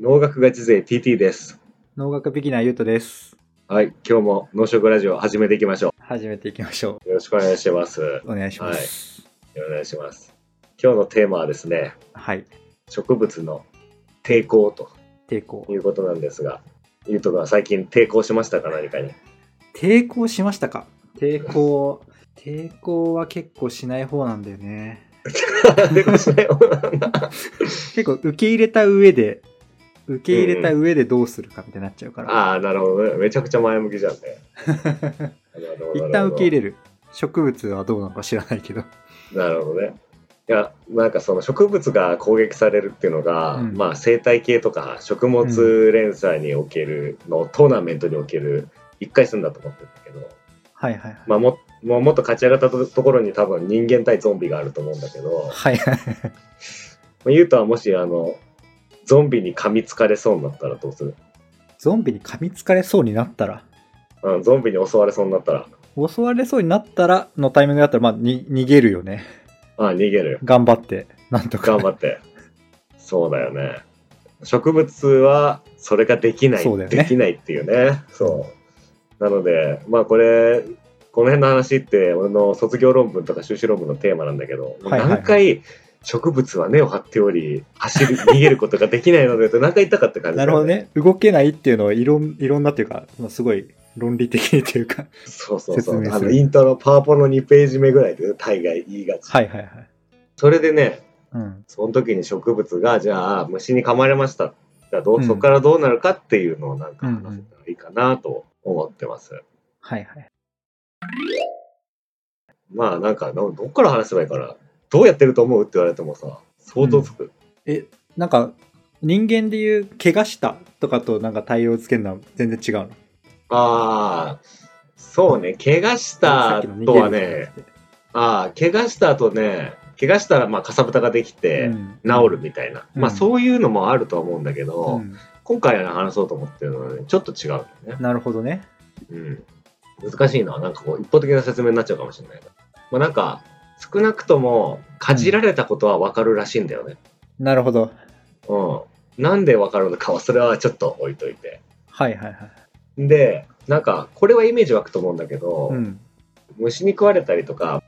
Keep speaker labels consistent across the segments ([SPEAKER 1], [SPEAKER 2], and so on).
[SPEAKER 1] 農学ガチ勢 TT です。
[SPEAKER 2] 農学ビギナーゆうとです。
[SPEAKER 1] はい、今日も農食ラジオ始めていきましょ
[SPEAKER 2] 始めていきましょ
[SPEAKER 1] う。よろしくお願いします。お
[SPEAKER 2] う。お願いします。
[SPEAKER 1] 願いします。今日のテーマはですね、
[SPEAKER 2] はい。
[SPEAKER 1] 植物の抵抗と
[SPEAKER 2] 抵抗。
[SPEAKER 1] いうことなんですが、ゆうとくんは最近抵抗しましたか何か に。
[SPEAKER 2] 抵抗しましたか抵抗、抵抗は結構しない方なんだよね。
[SPEAKER 1] 抵抗しない 方なんだ。
[SPEAKER 2] 結構受け入れた上で、受け入れた上でどうするかみたいになっちゃうから。
[SPEAKER 1] ああ、なるほどね。めちゃくちゃ前向きじゃんね。なるほど
[SPEAKER 2] 一旦受け入
[SPEAKER 1] れ
[SPEAKER 2] れる。植物はどうなのか知らないけど。
[SPEAKER 1] なるほどね。いやなんかその植物が攻撃されるっていうのが、
[SPEAKER 2] うん
[SPEAKER 1] まあ、生態系とか食物連鎖におけるの、トーナメントにおける一回戦だと思ってるんだけど、
[SPEAKER 2] はいはいはい。
[SPEAKER 1] まあ、ももうもっと勝ち上がったとところに多分人間対ゾンビがあると思うんだけど、
[SPEAKER 2] はいはい。
[SPEAKER 1] まあ、ユウトはもしあのゾンビに噛みつかれそうになったらどうする、
[SPEAKER 2] ゾンビに噛みつかれそうになったら、
[SPEAKER 1] うん、ゾンビに襲われそうになったら
[SPEAKER 2] 襲われそうになったらのタイミングだったら、まあ、に逃げるよね。
[SPEAKER 1] あ逃げる
[SPEAKER 2] 頑張って、なんとか。
[SPEAKER 1] 頑張ってそうだよね植物はそれができない、
[SPEAKER 2] そうだよね
[SPEAKER 1] できないっていうねそうなのでまあこれこの辺の話って俺の卒業論文とか修士論文のテーマなんだけど、
[SPEAKER 2] はいはいはい
[SPEAKER 1] 何回植物は根を張っており走 る逃げることができないのでと何回言ったかって感じだ
[SPEAKER 2] な
[SPEAKER 1] よ
[SPEAKER 2] るほどね。動けないっていうのは、いろん、いろんなというか、まあ、すごい論理的にというか。
[SPEAKER 1] そうそうそ
[SPEAKER 2] 説
[SPEAKER 1] う
[SPEAKER 2] 明
[SPEAKER 1] あ
[SPEAKER 2] する
[SPEAKER 1] のイントロパワポの2ページ目ぐらいで大概言いがち、
[SPEAKER 2] はいはいはい。
[SPEAKER 1] それでね
[SPEAKER 2] うん。
[SPEAKER 1] その時に植物がじゃあ虫に噛まれましたじゃあどう、
[SPEAKER 2] うん
[SPEAKER 1] そこからどうなるかっていうのをなんか話せたらいいかなと思ってます、
[SPEAKER 2] はいはい。
[SPEAKER 1] まあなんかどどっから話せばいいかなどうやってると思うって言われてもさ想像つく、
[SPEAKER 2] え、なんか、人間でいう、怪我したとかとなんか対応つけるのは全然違うの。
[SPEAKER 1] ああそうね怪我したとはねああ怪我した後ね怪我したらまあかさぶたができて治るみたいな、
[SPEAKER 2] うん
[SPEAKER 1] まあそういうのもあるとは思うんだけど、
[SPEAKER 2] たうん。
[SPEAKER 1] 今回話そうと思ってるのはねちょっと違うんだよね
[SPEAKER 2] なるほどね。
[SPEAKER 1] うん、難しいのはなんかこう一方的な説明になっちゃうかもしれないな、まあ、なんか少なくともかじられたことは分かるらしいんだよね、
[SPEAKER 2] なるほど。
[SPEAKER 1] うんなんで分かるのかはそれはちょっと置いといて
[SPEAKER 2] はいはいはい。
[SPEAKER 1] でなんかこれはイメージ湧くと思うんだけど、
[SPEAKER 2] うん。
[SPEAKER 1] 虫に食われたりとか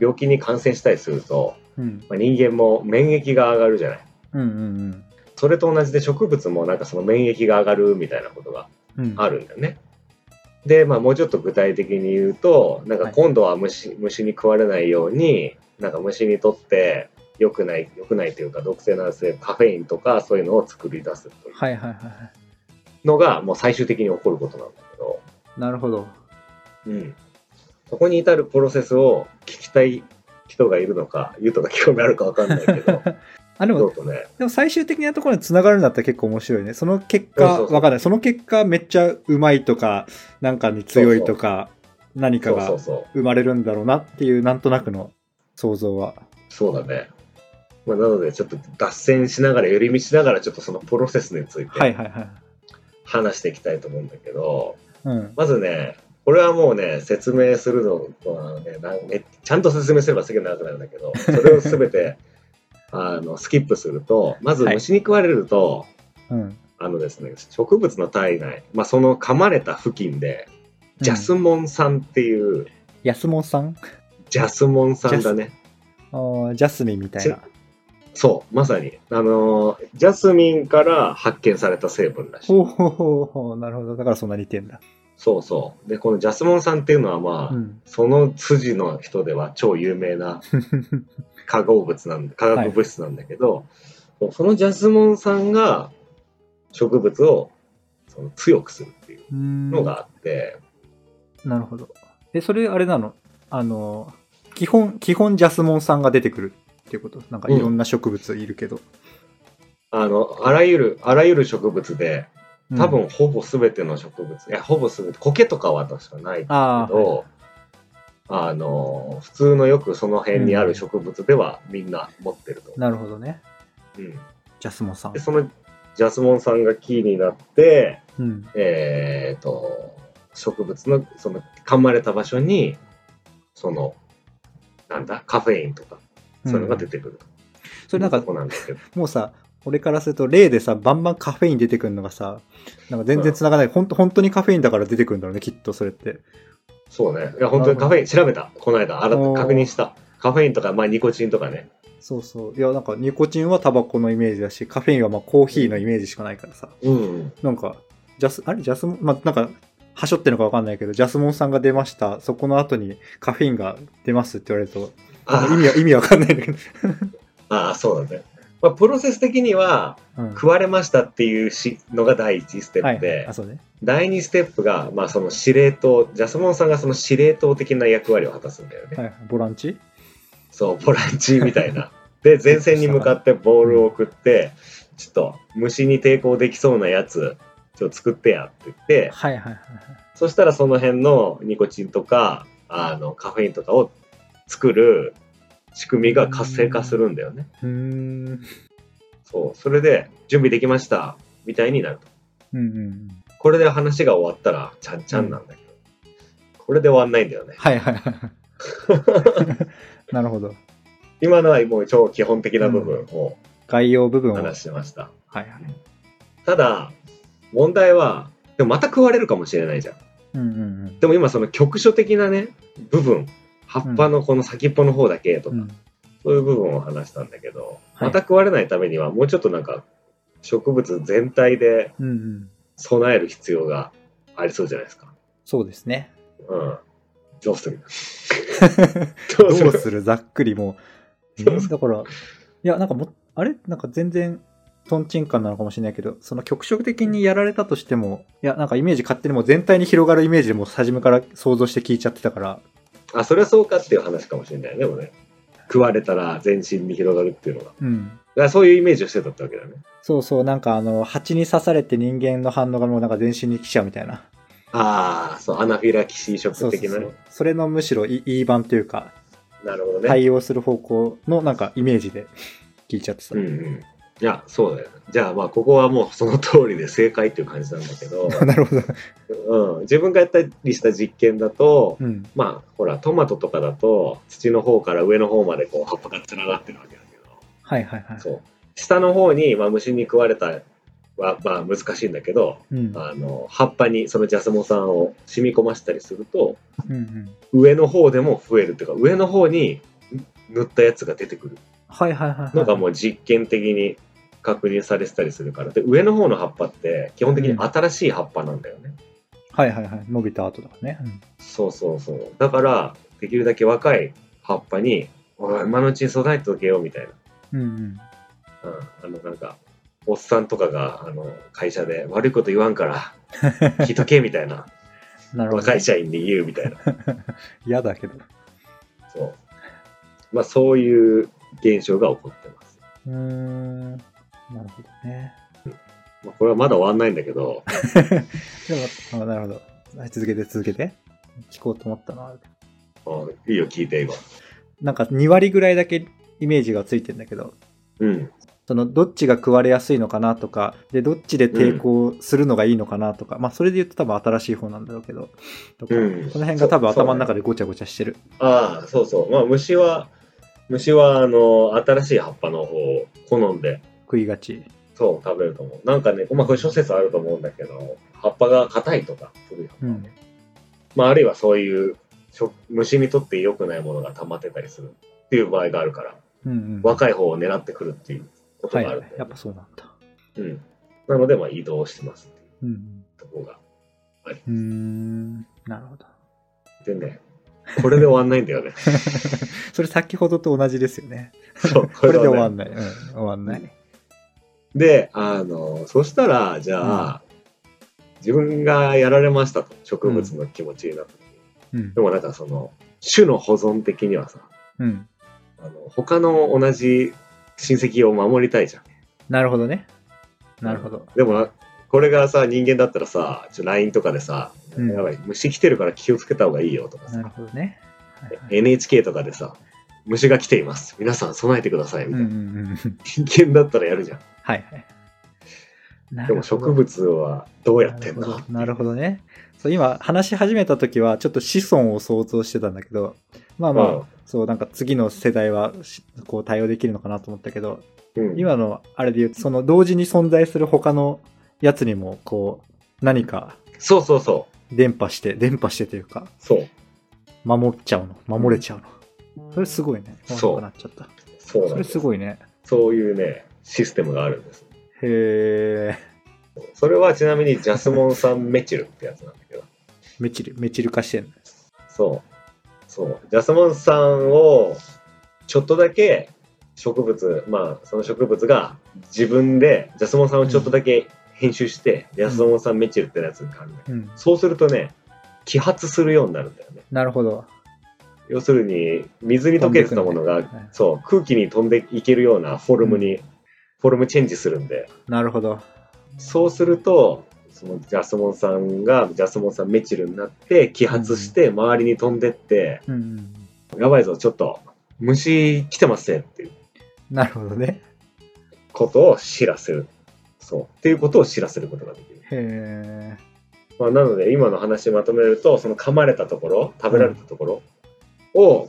[SPEAKER 1] 病気に感染したりすると、
[SPEAKER 2] うん。
[SPEAKER 1] まあ、人間も免疫が上がるじゃない
[SPEAKER 2] うんうん
[SPEAKER 1] それと同じで植物もなんかその免疫が上がるみたいなことが
[SPEAKER 2] うん。うん。
[SPEAKER 1] あるんだよね。で、まあ、もうちょっと具体的に言うとなんか今度は虫,、虫に食われないようになんか虫にとって良くない良くないというか毒性のある成分カフェインとかそういうのを作り出すとい
[SPEAKER 2] はいはいはいは
[SPEAKER 1] うのがもう最終的に起こることなんだけど、
[SPEAKER 2] い。なるほど。
[SPEAKER 1] うん、そこに至るプロセスを聞きたい人がいるのか言うとか興味あるか分かんないけど
[SPEAKER 2] あ、で
[SPEAKER 1] ちょ
[SPEAKER 2] も
[SPEAKER 1] っ、とね
[SPEAKER 2] でも最終的なところに繋がるんだったら結構面白いね。その結
[SPEAKER 1] そう
[SPEAKER 2] 果、
[SPEAKER 1] そうそう
[SPEAKER 2] わかんない。その結果、めっちゃうまいとか、なんかに強いとか、何か
[SPEAKER 1] そうそ
[SPEAKER 2] が
[SPEAKER 1] うそう
[SPEAKER 2] 生まれるんだろうなっていう、なんとなくの想像は。
[SPEAKER 1] そうだね。まあ、なのでちょっと脱線しながら寄り道しながらちょっとそのプロセスについて
[SPEAKER 2] はいはいはい。
[SPEAKER 1] 話していきたいと思うんだけど、
[SPEAKER 2] うん。
[SPEAKER 1] まずねこれはもうね説明するのはねなめちゃんと説明すればすげえ長くなるんだけどそれを全て あのスキップするとまず
[SPEAKER 2] はい
[SPEAKER 1] 虫に食われると、
[SPEAKER 2] うん。
[SPEAKER 1] あのですね植物の体内、まあ、その噛まれた付近でジャスモン酸っていう、
[SPEAKER 2] ヤスモンさん
[SPEAKER 1] ジャスモン酸だね
[SPEAKER 2] あージャスミンみたいな。
[SPEAKER 1] そうまさにあのージャスミンから発見された成分らしい
[SPEAKER 2] ほうほうほうほう。なるほど。だからそんな似てんだ。
[SPEAKER 1] そうそうでこのジャスモン酸っていうのはまあ、
[SPEAKER 2] うん。
[SPEAKER 1] その筋の人では超有名な 化合物なん化学物質なんだけど、そのジャスモン酸が植物をその強くするっていう
[SPEAKER 2] うん
[SPEAKER 1] のがあって、
[SPEAKER 2] なるほど。え、それあれなのあの、基本、基本ジャスモンさんが出てくるっていうことなんかいろんな植物いるけど。
[SPEAKER 1] あのあらゆるあらゆる植物で
[SPEAKER 2] うん
[SPEAKER 1] 多分ほぼ全ての植物、いやほぼ全て苔とかは確かないけ
[SPEAKER 2] ああ、はい
[SPEAKER 1] どあ,、の普通のよくその辺にある植物ではみんな持ってると思
[SPEAKER 2] なるほどね。
[SPEAKER 1] う、うん
[SPEAKER 2] ジャスモンさん
[SPEAKER 1] で。そのジャスモン酸がキーになって
[SPEAKER 2] うん。
[SPEAKER 1] えー、と植物のその噛まれた場所にそのなんだカフェインとかそういうのが出てくる、
[SPEAKER 2] それなんか
[SPEAKER 1] とこなんですけど、
[SPEAKER 2] もうさ俺からすると例でさ、バンバンカフェイン出てくるのがさ、なんか全然繋がない。ほんと、本当にカフェインだから出てくるんだろうね、きっとそれって。
[SPEAKER 1] そうね。いや、本当にカフェイン調べた。この間、あら
[SPEAKER 2] おー
[SPEAKER 1] 確認した。カフェインとか、まあ、ニコチンとかね。
[SPEAKER 2] そうそう。いや、なんかニコチンはタバコのイメージだし、カフェインはまあコーヒーのイメージしかないからさ。
[SPEAKER 1] うん。
[SPEAKER 2] なんか、ジャス、あれジャスモン、まあ、なんか、はしょってるのかわかんないけど、ジャスモンさんが出ました。そこの後にカフェインが出ますって言われると、
[SPEAKER 1] あ
[SPEAKER 2] 意
[SPEAKER 1] ー
[SPEAKER 2] 味は、意味わかんないんだけど。
[SPEAKER 1] あー、そうだね。まあ、プロセス的には、
[SPEAKER 2] うん。
[SPEAKER 1] 食われましたっていうしのが第一ステ
[SPEAKER 2] は
[SPEAKER 1] ップで、
[SPEAKER 2] い。あ、そうね。
[SPEAKER 1] 第二ステップが、まあ、その司令塔、ジャスモンさんがその司令塔的な役割を果たすんだよね。
[SPEAKER 2] はい。ボランチ
[SPEAKER 1] そう、ボランチみたいな。で、前線に向かってボールを送って、ちょっと虫に抵抗できそうなやつ、ちょっと作ってやって言って、
[SPEAKER 2] はいはいはいはい。
[SPEAKER 1] そしたらその辺のニコチンとか、あの、カフェインとかを作る仕組みが活性化するんだよね。
[SPEAKER 2] うーん。うん
[SPEAKER 1] そう、それで準備できました、みたいになると。
[SPEAKER 2] うんうん。
[SPEAKER 1] これで話が終わったら、ちゃんちゃんなんだけど。これで終わんないんだよね。
[SPEAKER 2] はいはいはいはい。なるほど。
[SPEAKER 1] 今のはもう超基本的な部分を
[SPEAKER 2] 概要部分を。はい
[SPEAKER 1] 話してました。
[SPEAKER 2] はい。
[SPEAKER 1] ただ問題はでもまた食われるかもしれないじゃん
[SPEAKER 2] うんうんうん
[SPEAKER 1] でも今その局所的なね部分葉っぱのこの先っぽの方だけと
[SPEAKER 2] う
[SPEAKER 1] か、
[SPEAKER 2] ん。
[SPEAKER 1] そういう部分を話したんだけど、
[SPEAKER 2] はい
[SPEAKER 1] また食われないためにはもうちょっとなんか植物全体で
[SPEAKER 2] うんうん。
[SPEAKER 1] 備える必要がありそうじゃないですか
[SPEAKER 2] そうですね。
[SPEAKER 1] うんどうするど
[SPEAKER 2] ど
[SPEAKER 1] うす
[SPEAKER 2] う
[SPEAKER 1] る
[SPEAKER 2] するざっくりもう。
[SPEAKER 1] どうす
[SPEAKER 2] だから、いや、なんかも、あれなんか全然、トンチンカンなのかもしれないけど、その局所的にやられたとしても、いや、なんかイメージ勝手にもう全体に広がるイメージでもう初めから想像して聞いちゃってたから、
[SPEAKER 1] あそれはそうかっていう話かもしれないねでもね食われたら全身に広がるっていうのがだか
[SPEAKER 2] うん。
[SPEAKER 1] らそういうイメージをしてたってわけだね
[SPEAKER 2] そうそう、なんかあの、蜂に刺されて人間の反応がもうなんか全身に来ちゃうみたいな。
[SPEAKER 1] ああそうアナフィラキシーショッ
[SPEAKER 2] そ
[SPEAKER 1] ク
[SPEAKER 2] うそう
[SPEAKER 1] 的
[SPEAKER 2] そ
[SPEAKER 1] なね
[SPEAKER 2] う。それのむしろいいい版というか、
[SPEAKER 1] なるほどね、
[SPEAKER 2] 対応する方向のなんかイメージで 聞いちゃってた。
[SPEAKER 1] うんうん。いや、そうだよね。じゃあ、まあ、ここはもうその通りで正解っていう感じなんだけ ど、
[SPEAKER 2] なるほど。
[SPEAKER 1] うん、自分がやったりした実験だと、
[SPEAKER 2] うん。
[SPEAKER 1] まあ、ほら、トマトとかだと、土の方から上の方までこう葉っぱが連なってるわけだけど、
[SPEAKER 2] はいはいはい。
[SPEAKER 1] そう。下の方に、まあ、虫に食われたは、まあ、難しいんだけど、
[SPEAKER 2] うん。
[SPEAKER 1] あの、葉っぱにそのジャスモン酸を染み込ませたりすると、
[SPEAKER 2] うんうん。
[SPEAKER 1] 上の方でも増えるっていうか、上の方に塗ったやつが出てくる。
[SPEAKER 2] はいはいはいはい。
[SPEAKER 1] のがもう実験的に確認されてたりするからで上の方の葉っぱって基本的に新しい葉っぱなんだよね、
[SPEAKER 2] はいはいはい。伸びた後だからね。うん
[SPEAKER 1] そうそうそうだからできるだけ若い葉っぱにおい今のうちに備えておけよみたい
[SPEAKER 2] うんうん。
[SPEAKER 1] な、うん、あのなんかおっさんとかがあの会社で悪いこと言わんから 聞いとけみたいな
[SPEAKER 2] なるほど
[SPEAKER 1] 若。い社員に言うみたいな
[SPEAKER 2] 嫌だけど。
[SPEAKER 1] そうまあそういう現象が起こってます、
[SPEAKER 2] うーん。なるほどね。
[SPEAKER 1] まあ、これはまだ終わんないんだけど
[SPEAKER 2] でも、あなるほど。はい続けて続けて。聞こうと思ったな。
[SPEAKER 1] うんいいよ聞いて今
[SPEAKER 2] なんか2割ぐらいだけイメージがついてんだけど、
[SPEAKER 1] うん
[SPEAKER 2] そのどっちが食われやすいのかなとかでどっちで抵抗するのがいいのかなとか、まあそれで言うと多分新しい方なんだろうけどとか、
[SPEAKER 1] うん
[SPEAKER 2] この辺
[SPEAKER 1] そう
[SPEAKER 2] が多分
[SPEAKER 1] そうね
[SPEAKER 2] 頭の中でごちゃごちゃしてる
[SPEAKER 1] ああ、そうそう。まあ、虫は、虫は、あの、新しい葉っぱの方を好んで、
[SPEAKER 2] 食いがち
[SPEAKER 1] そう、食べると思う。なんかね、まあ、これ諸説あると思うんだけど、葉っぱが硬いとか、古い葉っぱはね。まあ、あるいはそういう、食虫にとって良くないものが溜まってたりするっていう場合があるから、
[SPEAKER 2] うんうん
[SPEAKER 1] 若い方を狙ってくるっていうこと
[SPEAKER 2] は
[SPEAKER 1] があるんだよ
[SPEAKER 2] いやっぱそうなんだ
[SPEAKER 1] うん。なので、まあ、移動してますってい
[SPEAKER 2] うん
[SPEAKER 1] うところが。
[SPEAKER 2] うんうーんなるほど
[SPEAKER 1] でね、これで終わんないんだ よね。
[SPEAKER 2] それ先ほどと同じですよね
[SPEAKER 1] そう、
[SPEAKER 2] これで終
[SPEAKER 1] な
[SPEAKER 2] わ
[SPEAKER 1] い
[SPEAKER 2] んない、うん、終わんない
[SPEAKER 1] で、あの、そしたら、じゃあ、自分がやられましたと、植物の気持ちになった時に、
[SPEAKER 2] うん
[SPEAKER 1] でもなんかその、種の保存的にはさ、
[SPEAKER 2] うん
[SPEAKER 1] あの他の同じ親戚を守りたいじゃん。
[SPEAKER 2] なるほどねなるほど
[SPEAKER 1] でもな、これがさ、人間だったらさ、ちょ LINE とかでさ、
[SPEAKER 2] うん
[SPEAKER 1] やばい、虫来てるから気をつけた方がいいよとか
[SPEAKER 2] な
[SPEAKER 1] さ、
[SPEAKER 2] るほどねはいはい
[SPEAKER 1] NHK とかでさ、虫が来ています。皆さん備えてください。み
[SPEAKER 2] うん
[SPEAKER 1] たいな、
[SPEAKER 2] うんうんうん
[SPEAKER 1] 人間だったらやるじゃん。
[SPEAKER 2] はいはいな
[SPEAKER 1] で
[SPEAKER 2] る
[SPEAKER 1] も
[SPEAKER 2] ほど
[SPEAKER 1] 植物はどうやってん
[SPEAKER 2] なる
[SPEAKER 1] だ
[SPEAKER 2] ほどなるほどね。そう今話し始めた時はちょっと子孫を想像してたんだけどまあまあ、
[SPEAKER 1] うん
[SPEAKER 2] そう、なんか次の世代はし、こう対応できるのかなと思ったけど、
[SPEAKER 1] うん、
[SPEAKER 2] 今のあれで言うと、その同時に存在する他のやつにも、こう、何か
[SPEAKER 1] そうそうそう
[SPEAKER 2] 伝播して、伝播してというか、
[SPEAKER 1] そう
[SPEAKER 2] 守っちゃうの、守れちゃうの。それすごいね。
[SPEAKER 1] そう
[SPEAKER 2] なくなっちゃった。
[SPEAKER 1] そうな
[SPEAKER 2] そ
[SPEAKER 1] ん
[SPEAKER 2] れ
[SPEAKER 1] ですす
[SPEAKER 2] ごいね。
[SPEAKER 1] そういうねシステムがあるんです
[SPEAKER 2] へえ。
[SPEAKER 1] それはちなみにジャスモンさんメチルってやつなんだけど
[SPEAKER 2] メチル、メチル化してんの。
[SPEAKER 1] そうそうジャスモンさんをちょっとだけ植物まあその植物が自分でジャスモンさんをちょっとだけ編集して、ジャスモンさんメチルってやつに変わるんだけど
[SPEAKER 2] うん。
[SPEAKER 1] そうするとね揮発するようになるんだよね
[SPEAKER 2] なるほど。
[SPEAKER 1] 要するに水に溶けてたものが、
[SPEAKER 2] 飛んでいくのねはい
[SPEAKER 1] そう空気に飛んでいけるようなフォルムに、フォルムチェンジするんで
[SPEAKER 2] なるほど。
[SPEAKER 1] そうするとそのジャスモンさんがジャスモンさんメチルになって揮発して周りに飛んでって
[SPEAKER 2] うんう
[SPEAKER 1] 「
[SPEAKER 2] ん。
[SPEAKER 1] やばいぞちょっと虫来てますね」っていう
[SPEAKER 2] なるほどね。
[SPEAKER 1] ことを知らせるそうっていうことを知らせることができる、
[SPEAKER 2] へえ。
[SPEAKER 1] まあ、なので今の話まとめるとその噛まれたところ食べられたところを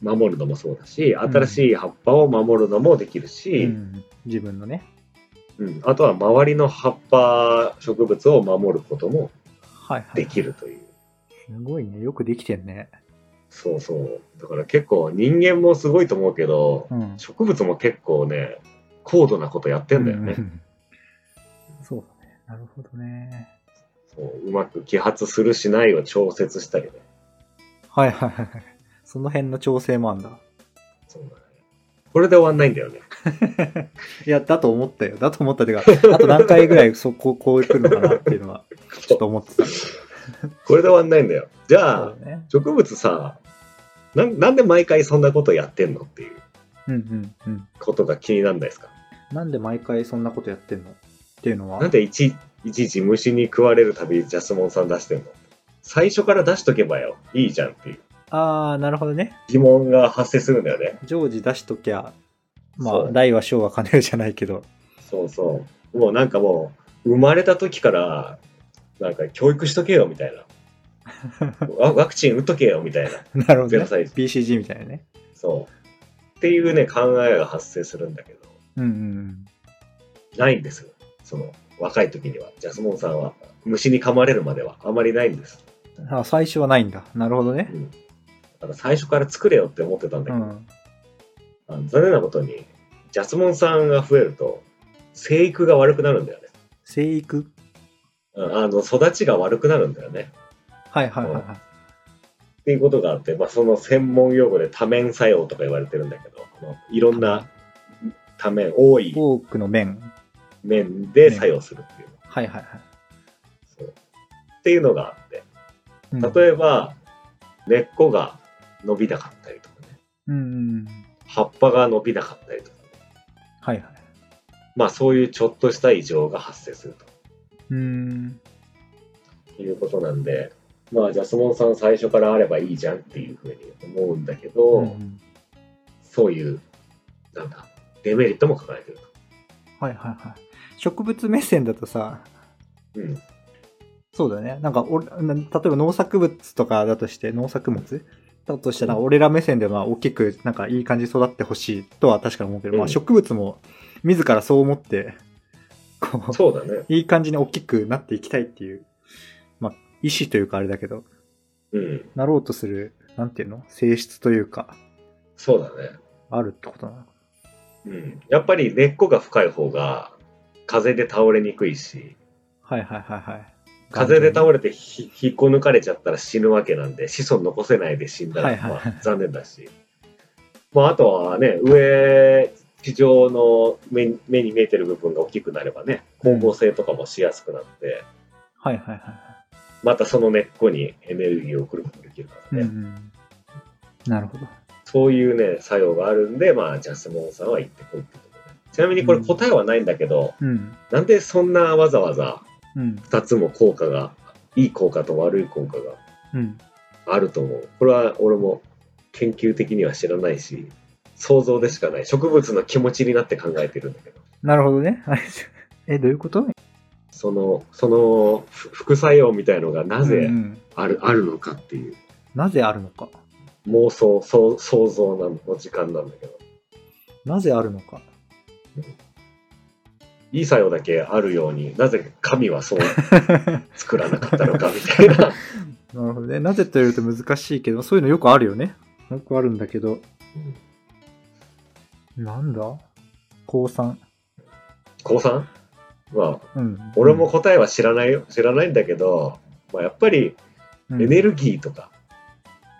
[SPEAKER 1] 守るのもそうだし新しい葉っぱを守るのもできるし、
[SPEAKER 2] うん自分のね。
[SPEAKER 1] うん、あとは周りの葉っぱ植物を守ることも
[SPEAKER 2] はいはい。
[SPEAKER 1] できるという、
[SPEAKER 2] すごいね。よくできてんね。
[SPEAKER 1] そうそうだから結構人間もすごいと思うけど
[SPEAKER 2] うん。
[SPEAKER 1] 植物も結構ね高度なことやってんだよね、
[SPEAKER 2] ううん そうだね。なるほどね。
[SPEAKER 1] そううまく揮発するしないを調節したりね
[SPEAKER 2] はいはいはいはい。その辺の調整もあんだ。
[SPEAKER 1] そうだねこれで終わんないんだよね
[SPEAKER 2] いや、だと思ったよ。だと思ったって いうか、あと何回ぐらいそこ、こう来るのかなっていうのは、 ちょっと思ってた。
[SPEAKER 1] これで終わんないんだよじゃあ
[SPEAKER 2] そうだね。
[SPEAKER 1] 植物さなんなんで毎回そんなことやってんのっていう
[SPEAKER 2] うんうんうん。
[SPEAKER 1] ことが気にならないですか
[SPEAKER 2] なんで毎回そんなことやってんのっていうのは。
[SPEAKER 1] なんでいちいちいち虫に食われるたびジャスモンさん出してんの最初から出しとけばよいいじゃんっていう
[SPEAKER 2] あー、なるほどね。
[SPEAKER 1] 疑問が発生するんだよね
[SPEAKER 2] 常時出しときゃ、ま
[SPEAKER 1] そ
[SPEAKER 2] あ、
[SPEAKER 1] う
[SPEAKER 2] 大は小は兼ねるじゃないけど。
[SPEAKER 1] そうそうもうなんかもう生まれた時からなんか教育しとけよみたい なワワクチン打っとけよみたいな
[SPEAKER 2] なるほど、
[SPEAKER 1] ゼ
[SPEAKER 2] ね
[SPEAKER 1] ロ。歳
[SPEAKER 2] BCG みたいなね。
[SPEAKER 1] そうっていうね考えが発生するんだけど
[SPEAKER 2] うんうん
[SPEAKER 1] ないんですよその若い時にはジャスモンさんは虫に噛まれるまではあまりないんです、
[SPEAKER 2] うん。あ、最初はないんだ。なるほど
[SPEAKER 1] う
[SPEAKER 2] ね。
[SPEAKER 1] ん、だから最初から作れよって思ってたんだ
[SPEAKER 2] う
[SPEAKER 1] けど、
[SPEAKER 2] ん。
[SPEAKER 1] あの残念なことにジャスモンさんが増えると生育が悪くなるんだよね
[SPEAKER 2] 生育
[SPEAKER 1] うんあの育ちが悪くなるんだよね
[SPEAKER 2] はいはいはいはい。
[SPEAKER 1] っていうことがあって、まあ、その専門用語で多面作用とか言われてるんだけどあのいろんな多面多い
[SPEAKER 2] 多くの面。
[SPEAKER 1] 面で作用するっていう,、
[SPEAKER 2] はいはいはい。
[SPEAKER 1] そうっていうのがあって
[SPEAKER 2] うん
[SPEAKER 1] 例えば、根っこが伸びなかったりとかね
[SPEAKER 2] うんうん。
[SPEAKER 1] 葉っぱが伸びなかったりとか、ね、
[SPEAKER 2] はいはい。
[SPEAKER 1] まあそういうちょっとした異常が発生すると。
[SPEAKER 2] うーん。
[SPEAKER 1] いうことなんで、まあ、ジャスモンさん最初からあればいいじゃんっていうふうに思うんだけど、
[SPEAKER 2] うん
[SPEAKER 1] そういう、なんだ、デメリットも抱えてる
[SPEAKER 2] はいはいはい。植物目線だとさ、
[SPEAKER 1] と。うん。
[SPEAKER 2] そうだよね。なんか俺、な例えば農作物とかだとして、農作物だとしたら、俺ら目線では大きく、なんかいい感じに育ってほしいとは確かに思うけど、ま
[SPEAKER 1] う
[SPEAKER 2] あ
[SPEAKER 1] ん
[SPEAKER 2] 植物も自らそう思って、こう、
[SPEAKER 1] そうだね。
[SPEAKER 2] いい感じに大きくなっていきたいっていう、まあ、意思というかあれだけど、
[SPEAKER 1] うん。
[SPEAKER 2] なろうとする、なんていうの性質というか、
[SPEAKER 1] そうだね。
[SPEAKER 2] あるってことなのか
[SPEAKER 1] うん。やっぱり根っこが深い方が、風で倒れにくいし、
[SPEAKER 2] はいはいはいはい。
[SPEAKER 1] 風で倒れてひ引っこ抜かれちゃったら死ぬわけなんで、子孫残せないで死んだら、
[SPEAKER 2] はいはいはい
[SPEAKER 1] まあ、残念だし。まあ、あとはね、上、地上の目に目に見えてる部分が大きくなればね、光合成とかもしやすくなって、
[SPEAKER 2] はいはいはいは
[SPEAKER 1] またその根っこにエネルギーを送ることができるから
[SPEAKER 2] い。
[SPEAKER 1] ね、
[SPEAKER 2] うんうん。なるほど。
[SPEAKER 1] そういうね作用があるんでまあジャスモンさんは行ってこいってことねちなみにこれ答えはないんだけど、
[SPEAKER 2] うん。
[SPEAKER 1] なんでそんなわざわざ
[SPEAKER 2] うん。
[SPEAKER 1] 2つも効果がいい効果と悪い効果が
[SPEAKER 2] うん。
[SPEAKER 1] あると思うこれは俺も研究的には知らないし想像でしかない植物の気持ちになって考えてるんだけど
[SPEAKER 2] なるほどね。 あれえ、どういうこと
[SPEAKER 1] そのそのふ副作用みたいのがな
[SPEAKER 2] う
[SPEAKER 1] ぜ
[SPEAKER 2] ん
[SPEAKER 1] ある,、あるのかっていう
[SPEAKER 2] なぜあるのか。
[SPEAKER 1] 妄想そう想像なの時間なんだけど
[SPEAKER 2] なぜあるの か。
[SPEAKER 1] いい作用だけあるようになぜ神はそう作らなかったのかみたい な、
[SPEAKER 2] なるほどね。なぜと言うと難しいけど、そういうのよくあるよね。よくあるんだけど、
[SPEAKER 1] うん、
[SPEAKER 2] なんだ高三。
[SPEAKER 1] 高 3? まあ
[SPEAKER 2] うん。
[SPEAKER 1] 俺も答えは知らないよ知らないんだけど、まあ、やっぱり
[SPEAKER 2] うん、
[SPEAKER 1] エネルギーとか、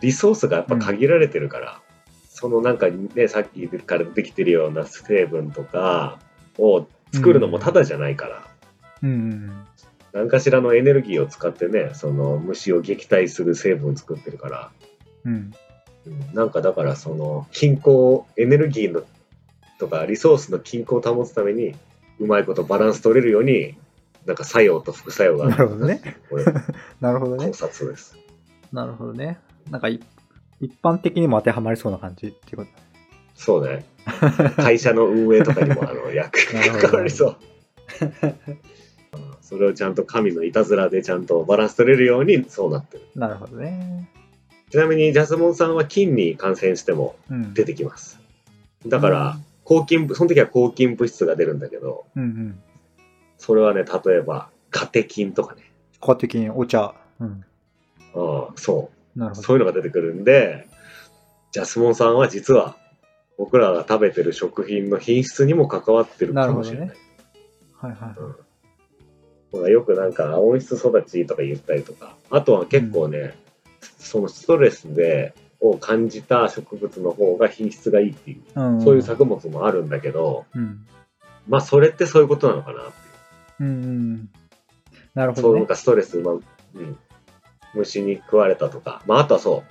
[SPEAKER 1] リソースがやっぱ限られてるから、そのなんかね、さっきからできてるような成分とかを作るのもただじゃないから、
[SPEAKER 2] うんうん
[SPEAKER 1] 何かしらのエネルギーを使ってね、その虫を撃退する成分を作ってるから、
[SPEAKER 2] うん。うん。
[SPEAKER 1] うんなんかだからその均衡、エネルギーのとかリソースの均衡を保つために、うまいことバランス取れるように、なんか作用と副作用があ
[SPEAKER 2] なるほどね。
[SPEAKER 1] これ、
[SPEAKER 2] なるほどね
[SPEAKER 1] 考。察です。
[SPEAKER 2] なるほどね。なんかい、一般的にも当てはまりそうな感じっていうこ
[SPEAKER 1] そうね。会社の運営とかにもあの役
[SPEAKER 2] なるほど
[SPEAKER 1] 関わりそう。 それをちゃんと神のいたずらでちゃんとバランス取れるようにそうなってる。
[SPEAKER 2] と。なるほどね。
[SPEAKER 1] ちなみにジャスモンさんは菌に感染しても
[SPEAKER 2] うん。
[SPEAKER 1] 出てきます。だから、抗菌、その時は抗菌物質が出るんだけど、
[SPEAKER 2] うんうん。
[SPEAKER 1] それはね、例えば、カテキンとかね。
[SPEAKER 2] コア的にお茶。うん。
[SPEAKER 1] うん、そ
[SPEAKER 2] なる
[SPEAKER 1] う。
[SPEAKER 2] ほど。
[SPEAKER 1] そういうのが出てくるんで、ジャスモンさんは実は、僕らが食べてる食品の品質にも関わってるかもしれない。
[SPEAKER 2] なるほどねはいはい。
[SPEAKER 1] ほらよくなんか温室育ちとか言ったりとかあとは結構ね、そのストレスでを感じた植物の方が品質がいいっていう
[SPEAKER 2] うんん、
[SPEAKER 1] そういう作物もあるんだけど、
[SPEAKER 2] うん。
[SPEAKER 1] まあそれってそういうことなのかなっていう
[SPEAKER 2] うんうん。なる
[SPEAKER 1] そ
[SPEAKER 2] ほど
[SPEAKER 1] うな
[SPEAKER 2] ね
[SPEAKER 1] ん。かストレス、まあうん、虫に食われたとか、まあ、あとはそ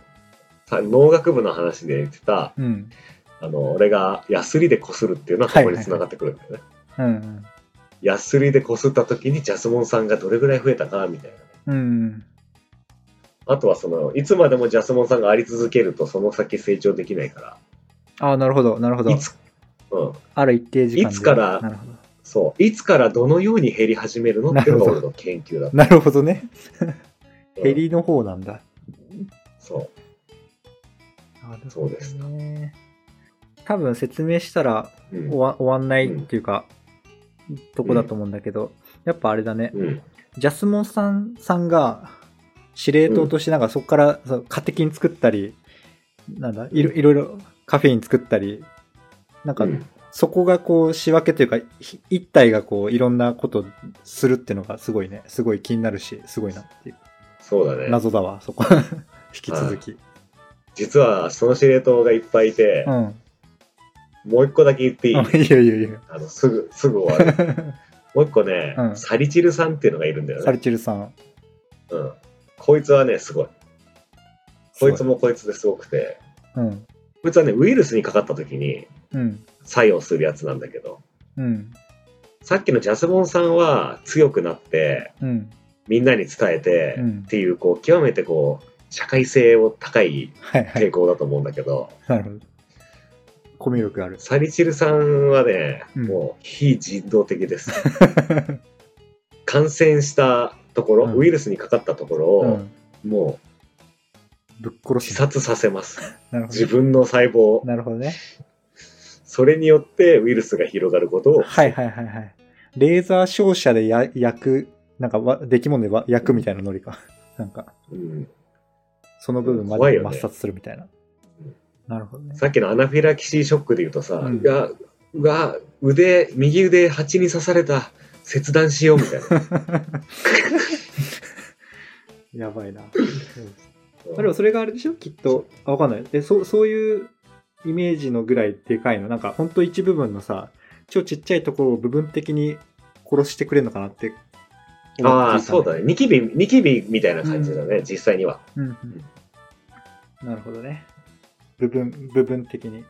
[SPEAKER 1] うさ農学部の話で言ってた
[SPEAKER 2] うん。
[SPEAKER 1] あの俺がヤスリでこするっていうのはここに繋がってくるんだよね、
[SPEAKER 2] うんうん。
[SPEAKER 1] ヤスリでこすった時にジャスモンさんがどれぐらい増えたかみたいな
[SPEAKER 2] うん。
[SPEAKER 1] あとはそのいつまでもジャスモンさんがあり続けるとその先成長できないか
[SPEAKER 2] ああ、なるほど、なるほど。
[SPEAKER 1] らいつ、うん、
[SPEAKER 2] ある一定時間
[SPEAKER 1] い
[SPEAKER 2] で。
[SPEAKER 1] つから
[SPEAKER 2] なるほど。
[SPEAKER 1] そういつからどのように減り始めるのっていうのが俺の研究だった。
[SPEAKER 2] なるほどね。
[SPEAKER 1] うん
[SPEAKER 2] ヘリの方なんだ。
[SPEAKER 1] そう
[SPEAKER 2] なる
[SPEAKER 1] そうです
[SPEAKER 2] ほどね。多分説明したら
[SPEAKER 1] うん
[SPEAKER 2] 終わ終わんないっていうか、とこだと思うんだけど、やっぱあれだね、
[SPEAKER 1] うん
[SPEAKER 2] ジャスモンさんさんが司令塔としてなんかそこからそのカテキン作ったり、なんだいろ、いろいろカフェイン作ったり、なんか
[SPEAKER 1] うん
[SPEAKER 2] そこがこう仕分けというか、ひ一体がこういろんなことをするっていうのがすごいね、すごい気になるし、すごいなっていう。
[SPEAKER 1] そうだね
[SPEAKER 2] 謎だわ、そこ。 引き続き。
[SPEAKER 1] 実はその司令塔がいっぱいいて
[SPEAKER 2] う、ん。
[SPEAKER 1] もう一個だけ言っていい、
[SPEAKER 2] あいいよいいよいいよ。
[SPEAKER 1] あのすぐすぐ終わる もう一個ね、
[SPEAKER 2] うん
[SPEAKER 1] サリチルさんっていうのがいるんだよ
[SPEAKER 2] サ
[SPEAKER 1] ね
[SPEAKER 2] ル、チルさん。
[SPEAKER 1] うん、こいつはねすごいこいつもこいつですごくて
[SPEAKER 2] うん。
[SPEAKER 1] こいつはねウイルスにかかった時に
[SPEAKER 2] うん。
[SPEAKER 1] 作用するやつなんだけど
[SPEAKER 2] うん。
[SPEAKER 1] さっきのジャスボンさんは強くなって
[SPEAKER 2] うん。
[SPEAKER 1] みんなに伝えて、
[SPEAKER 2] うん
[SPEAKER 1] っていうこう極めてこう社会性を高い
[SPEAKER 2] はいはい。
[SPEAKER 1] 傾向だと思うんだけど、
[SPEAKER 2] なるほど。コミュ力ある。
[SPEAKER 1] サリチルさんはね、
[SPEAKER 2] うん
[SPEAKER 1] もう非人道的 です感染したところ、
[SPEAKER 2] うん
[SPEAKER 1] ウイルスにかかったところ
[SPEAKER 2] う
[SPEAKER 1] を、
[SPEAKER 2] ん。
[SPEAKER 1] もう
[SPEAKER 2] ぶっ殺
[SPEAKER 1] 自
[SPEAKER 2] す。
[SPEAKER 1] 殺させます
[SPEAKER 2] なるほ
[SPEAKER 1] 自
[SPEAKER 2] ど。
[SPEAKER 1] 分の細胞
[SPEAKER 2] なるほどね。
[SPEAKER 1] それによってウイルスが広がることを、
[SPEAKER 2] はいはいはいはい。レーザー照射でや焼く、なんかわ、出来物でわ焼くみたいなノリか。 なんか、
[SPEAKER 1] うん
[SPEAKER 2] その部分ま
[SPEAKER 1] 怖い
[SPEAKER 2] で
[SPEAKER 1] よね
[SPEAKER 2] 抹殺するみたいな
[SPEAKER 1] うん。
[SPEAKER 2] なるほどね。
[SPEAKER 1] さっきのアナフィラキシーショックで言うとさ、
[SPEAKER 2] うん
[SPEAKER 1] うわうわ腕右腕蜂に刺された切断しようみたいな
[SPEAKER 2] やばいな。
[SPEAKER 1] うん
[SPEAKER 2] まあでもそれがあれでしょきっと。あ、わかんない。え、そう、そういうイメージのぐらいでかいの。なんか、ほんと一部分のさ、超ちっちゃいところを部分的に殺してくれるのかなって
[SPEAKER 1] ああ、そうだ
[SPEAKER 2] ね。
[SPEAKER 1] ね。ニキビ、ニキビみたいな感じだね、実際には。
[SPEAKER 2] うんうん。なるほどね。部分、部分的に。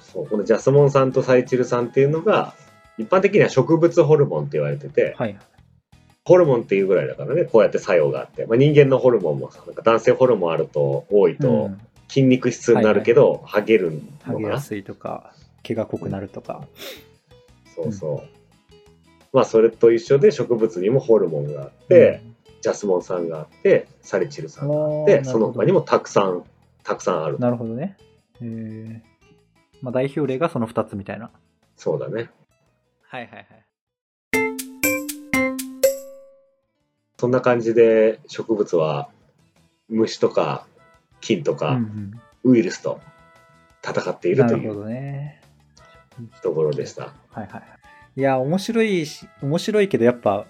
[SPEAKER 1] そうこのジャスモン酸とサイチル酸っていうのが、一般的には植物ホルモンって言われてて、
[SPEAKER 2] はい。
[SPEAKER 1] ホルモンっていうぐらいだからね、こうやって作用があって、まあ、人間のホルモンもさ、なんか男性ホルモンあると多いと
[SPEAKER 2] ん、
[SPEAKER 1] 筋肉質になるけど、ハゲる
[SPEAKER 2] 剥
[SPEAKER 1] の
[SPEAKER 2] げ
[SPEAKER 1] か
[SPEAKER 2] や
[SPEAKER 1] な。
[SPEAKER 2] すいとか、毛が濃くなるとか。
[SPEAKER 1] そうそう。まあ、それと一緒で植物にもホルモンがあって、ジャスモン酸があって、サリチル酸があって、
[SPEAKER 2] あー
[SPEAKER 1] その他にもたくさんたくさんある。
[SPEAKER 2] なるほどね。えー、まあ代表例がその2つみたいな。
[SPEAKER 1] そうだね。
[SPEAKER 2] はいはいはい。
[SPEAKER 1] そんな感じで植物は虫とか菌と
[SPEAKER 2] うんう
[SPEAKER 1] か
[SPEAKER 2] ん、
[SPEAKER 1] ウイルスと戦っている
[SPEAKER 2] な
[SPEAKER 1] と
[SPEAKER 2] る
[SPEAKER 1] い
[SPEAKER 2] ほ
[SPEAKER 1] う
[SPEAKER 2] どね。
[SPEAKER 1] ところでした。
[SPEAKER 2] はいはい。いや、面白いし、面白いけどやっぱ、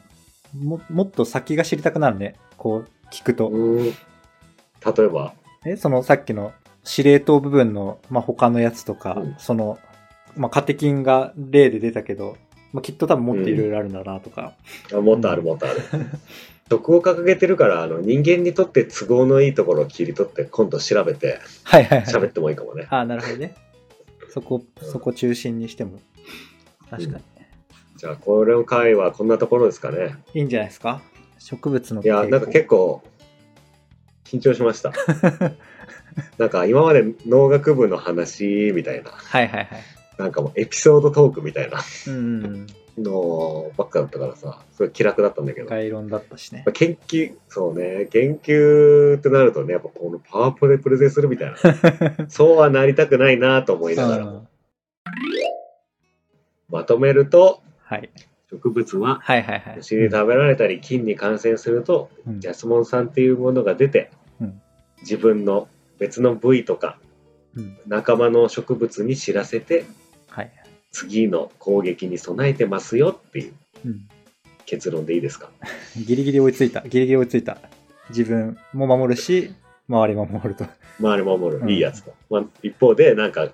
[SPEAKER 2] ももっと先が知りたくなるね。こう、聞くと。
[SPEAKER 1] うーん例えば、
[SPEAKER 2] えそのさっきの司令塔部分の、まあ、他のやつとか、
[SPEAKER 1] うん
[SPEAKER 2] その、まあ、カテキンが例で出たけど、まあ、きっと多分もっといろいろあるんだなとか、
[SPEAKER 1] あもっとあるもっとある。毒を掲げてるからあの人間にとって都合のいいところを切り取って今度調べて
[SPEAKER 2] はいはいは
[SPEAKER 1] 喋
[SPEAKER 2] い
[SPEAKER 1] ってもいいかもね。
[SPEAKER 2] ああなるほどねそこそこ中心にしても確かに、
[SPEAKER 1] じゃあこれの回はこんなところですかね。
[SPEAKER 2] いいんじゃないですか植物の
[SPEAKER 1] いやなんか結構緊張しま した。なんか今まで農学部の話みたいな
[SPEAKER 2] はいはいはい
[SPEAKER 1] なんかもうエピソードトークみたいな
[SPEAKER 2] うんうん
[SPEAKER 1] のばっかだったからさすごい気楽だったんだけど、
[SPEAKER 2] 概論だったしね
[SPEAKER 1] まあ研究そうね研究ってなるとねやっぱこのパワーポでプレゼンするみ たいなそうはなりたくないなと思いながら
[SPEAKER 2] う
[SPEAKER 1] も
[SPEAKER 2] ん
[SPEAKER 1] まとめると
[SPEAKER 2] はい、
[SPEAKER 1] 植物は
[SPEAKER 2] はいはいはい
[SPEAKER 1] 虫に食べられたり菌に感染すると
[SPEAKER 2] うん
[SPEAKER 1] ジャスモン酸っていうものが出て、
[SPEAKER 2] うん
[SPEAKER 1] 自分の別の部位とか
[SPEAKER 2] うん
[SPEAKER 1] 仲間の植物に知らせて
[SPEAKER 2] はい
[SPEAKER 1] 次の攻撃に備えてますよっていう
[SPEAKER 2] うん
[SPEAKER 1] 結論でいいですか
[SPEAKER 2] ギリギリ追いついたギリギリ追いついた自分も守るし周りも守ると
[SPEAKER 1] 周り守
[SPEAKER 2] うん
[SPEAKER 1] るいいやつと、まあ、一方でなんか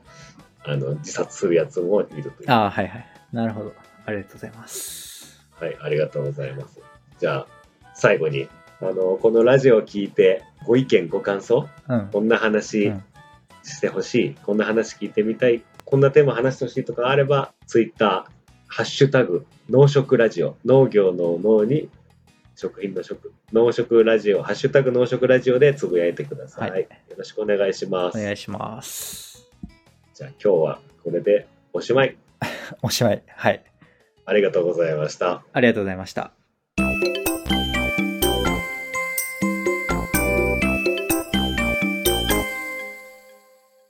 [SPEAKER 1] あの自殺するやつもいるという
[SPEAKER 2] ああ、はいはい。なるほど。ありがとうございます。
[SPEAKER 1] はいありがとうございますじゃあ最後にあのこのラジオを聞いてご意見ご感想
[SPEAKER 2] うん。
[SPEAKER 1] こんな話
[SPEAKER 2] うん
[SPEAKER 1] してほしい、こんな話聞いてみたいこんなテーマ話してほしいとかあればツイッターハッシュタグ農食ラジオ農業の農に食品の食農食ラジオハッシュタグ農食ラジオでつぶやいてください、
[SPEAKER 2] はい
[SPEAKER 1] よろしくお願いしま
[SPEAKER 2] お
[SPEAKER 1] す
[SPEAKER 2] 願いします。
[SPEAKER 1] じゃあ今日はこれでおしまい
[SPEAKER 2] おしまい。はい。
[SPEAKER 1] ありがとうございました。
[SPEAKER 2] ありがとうございました。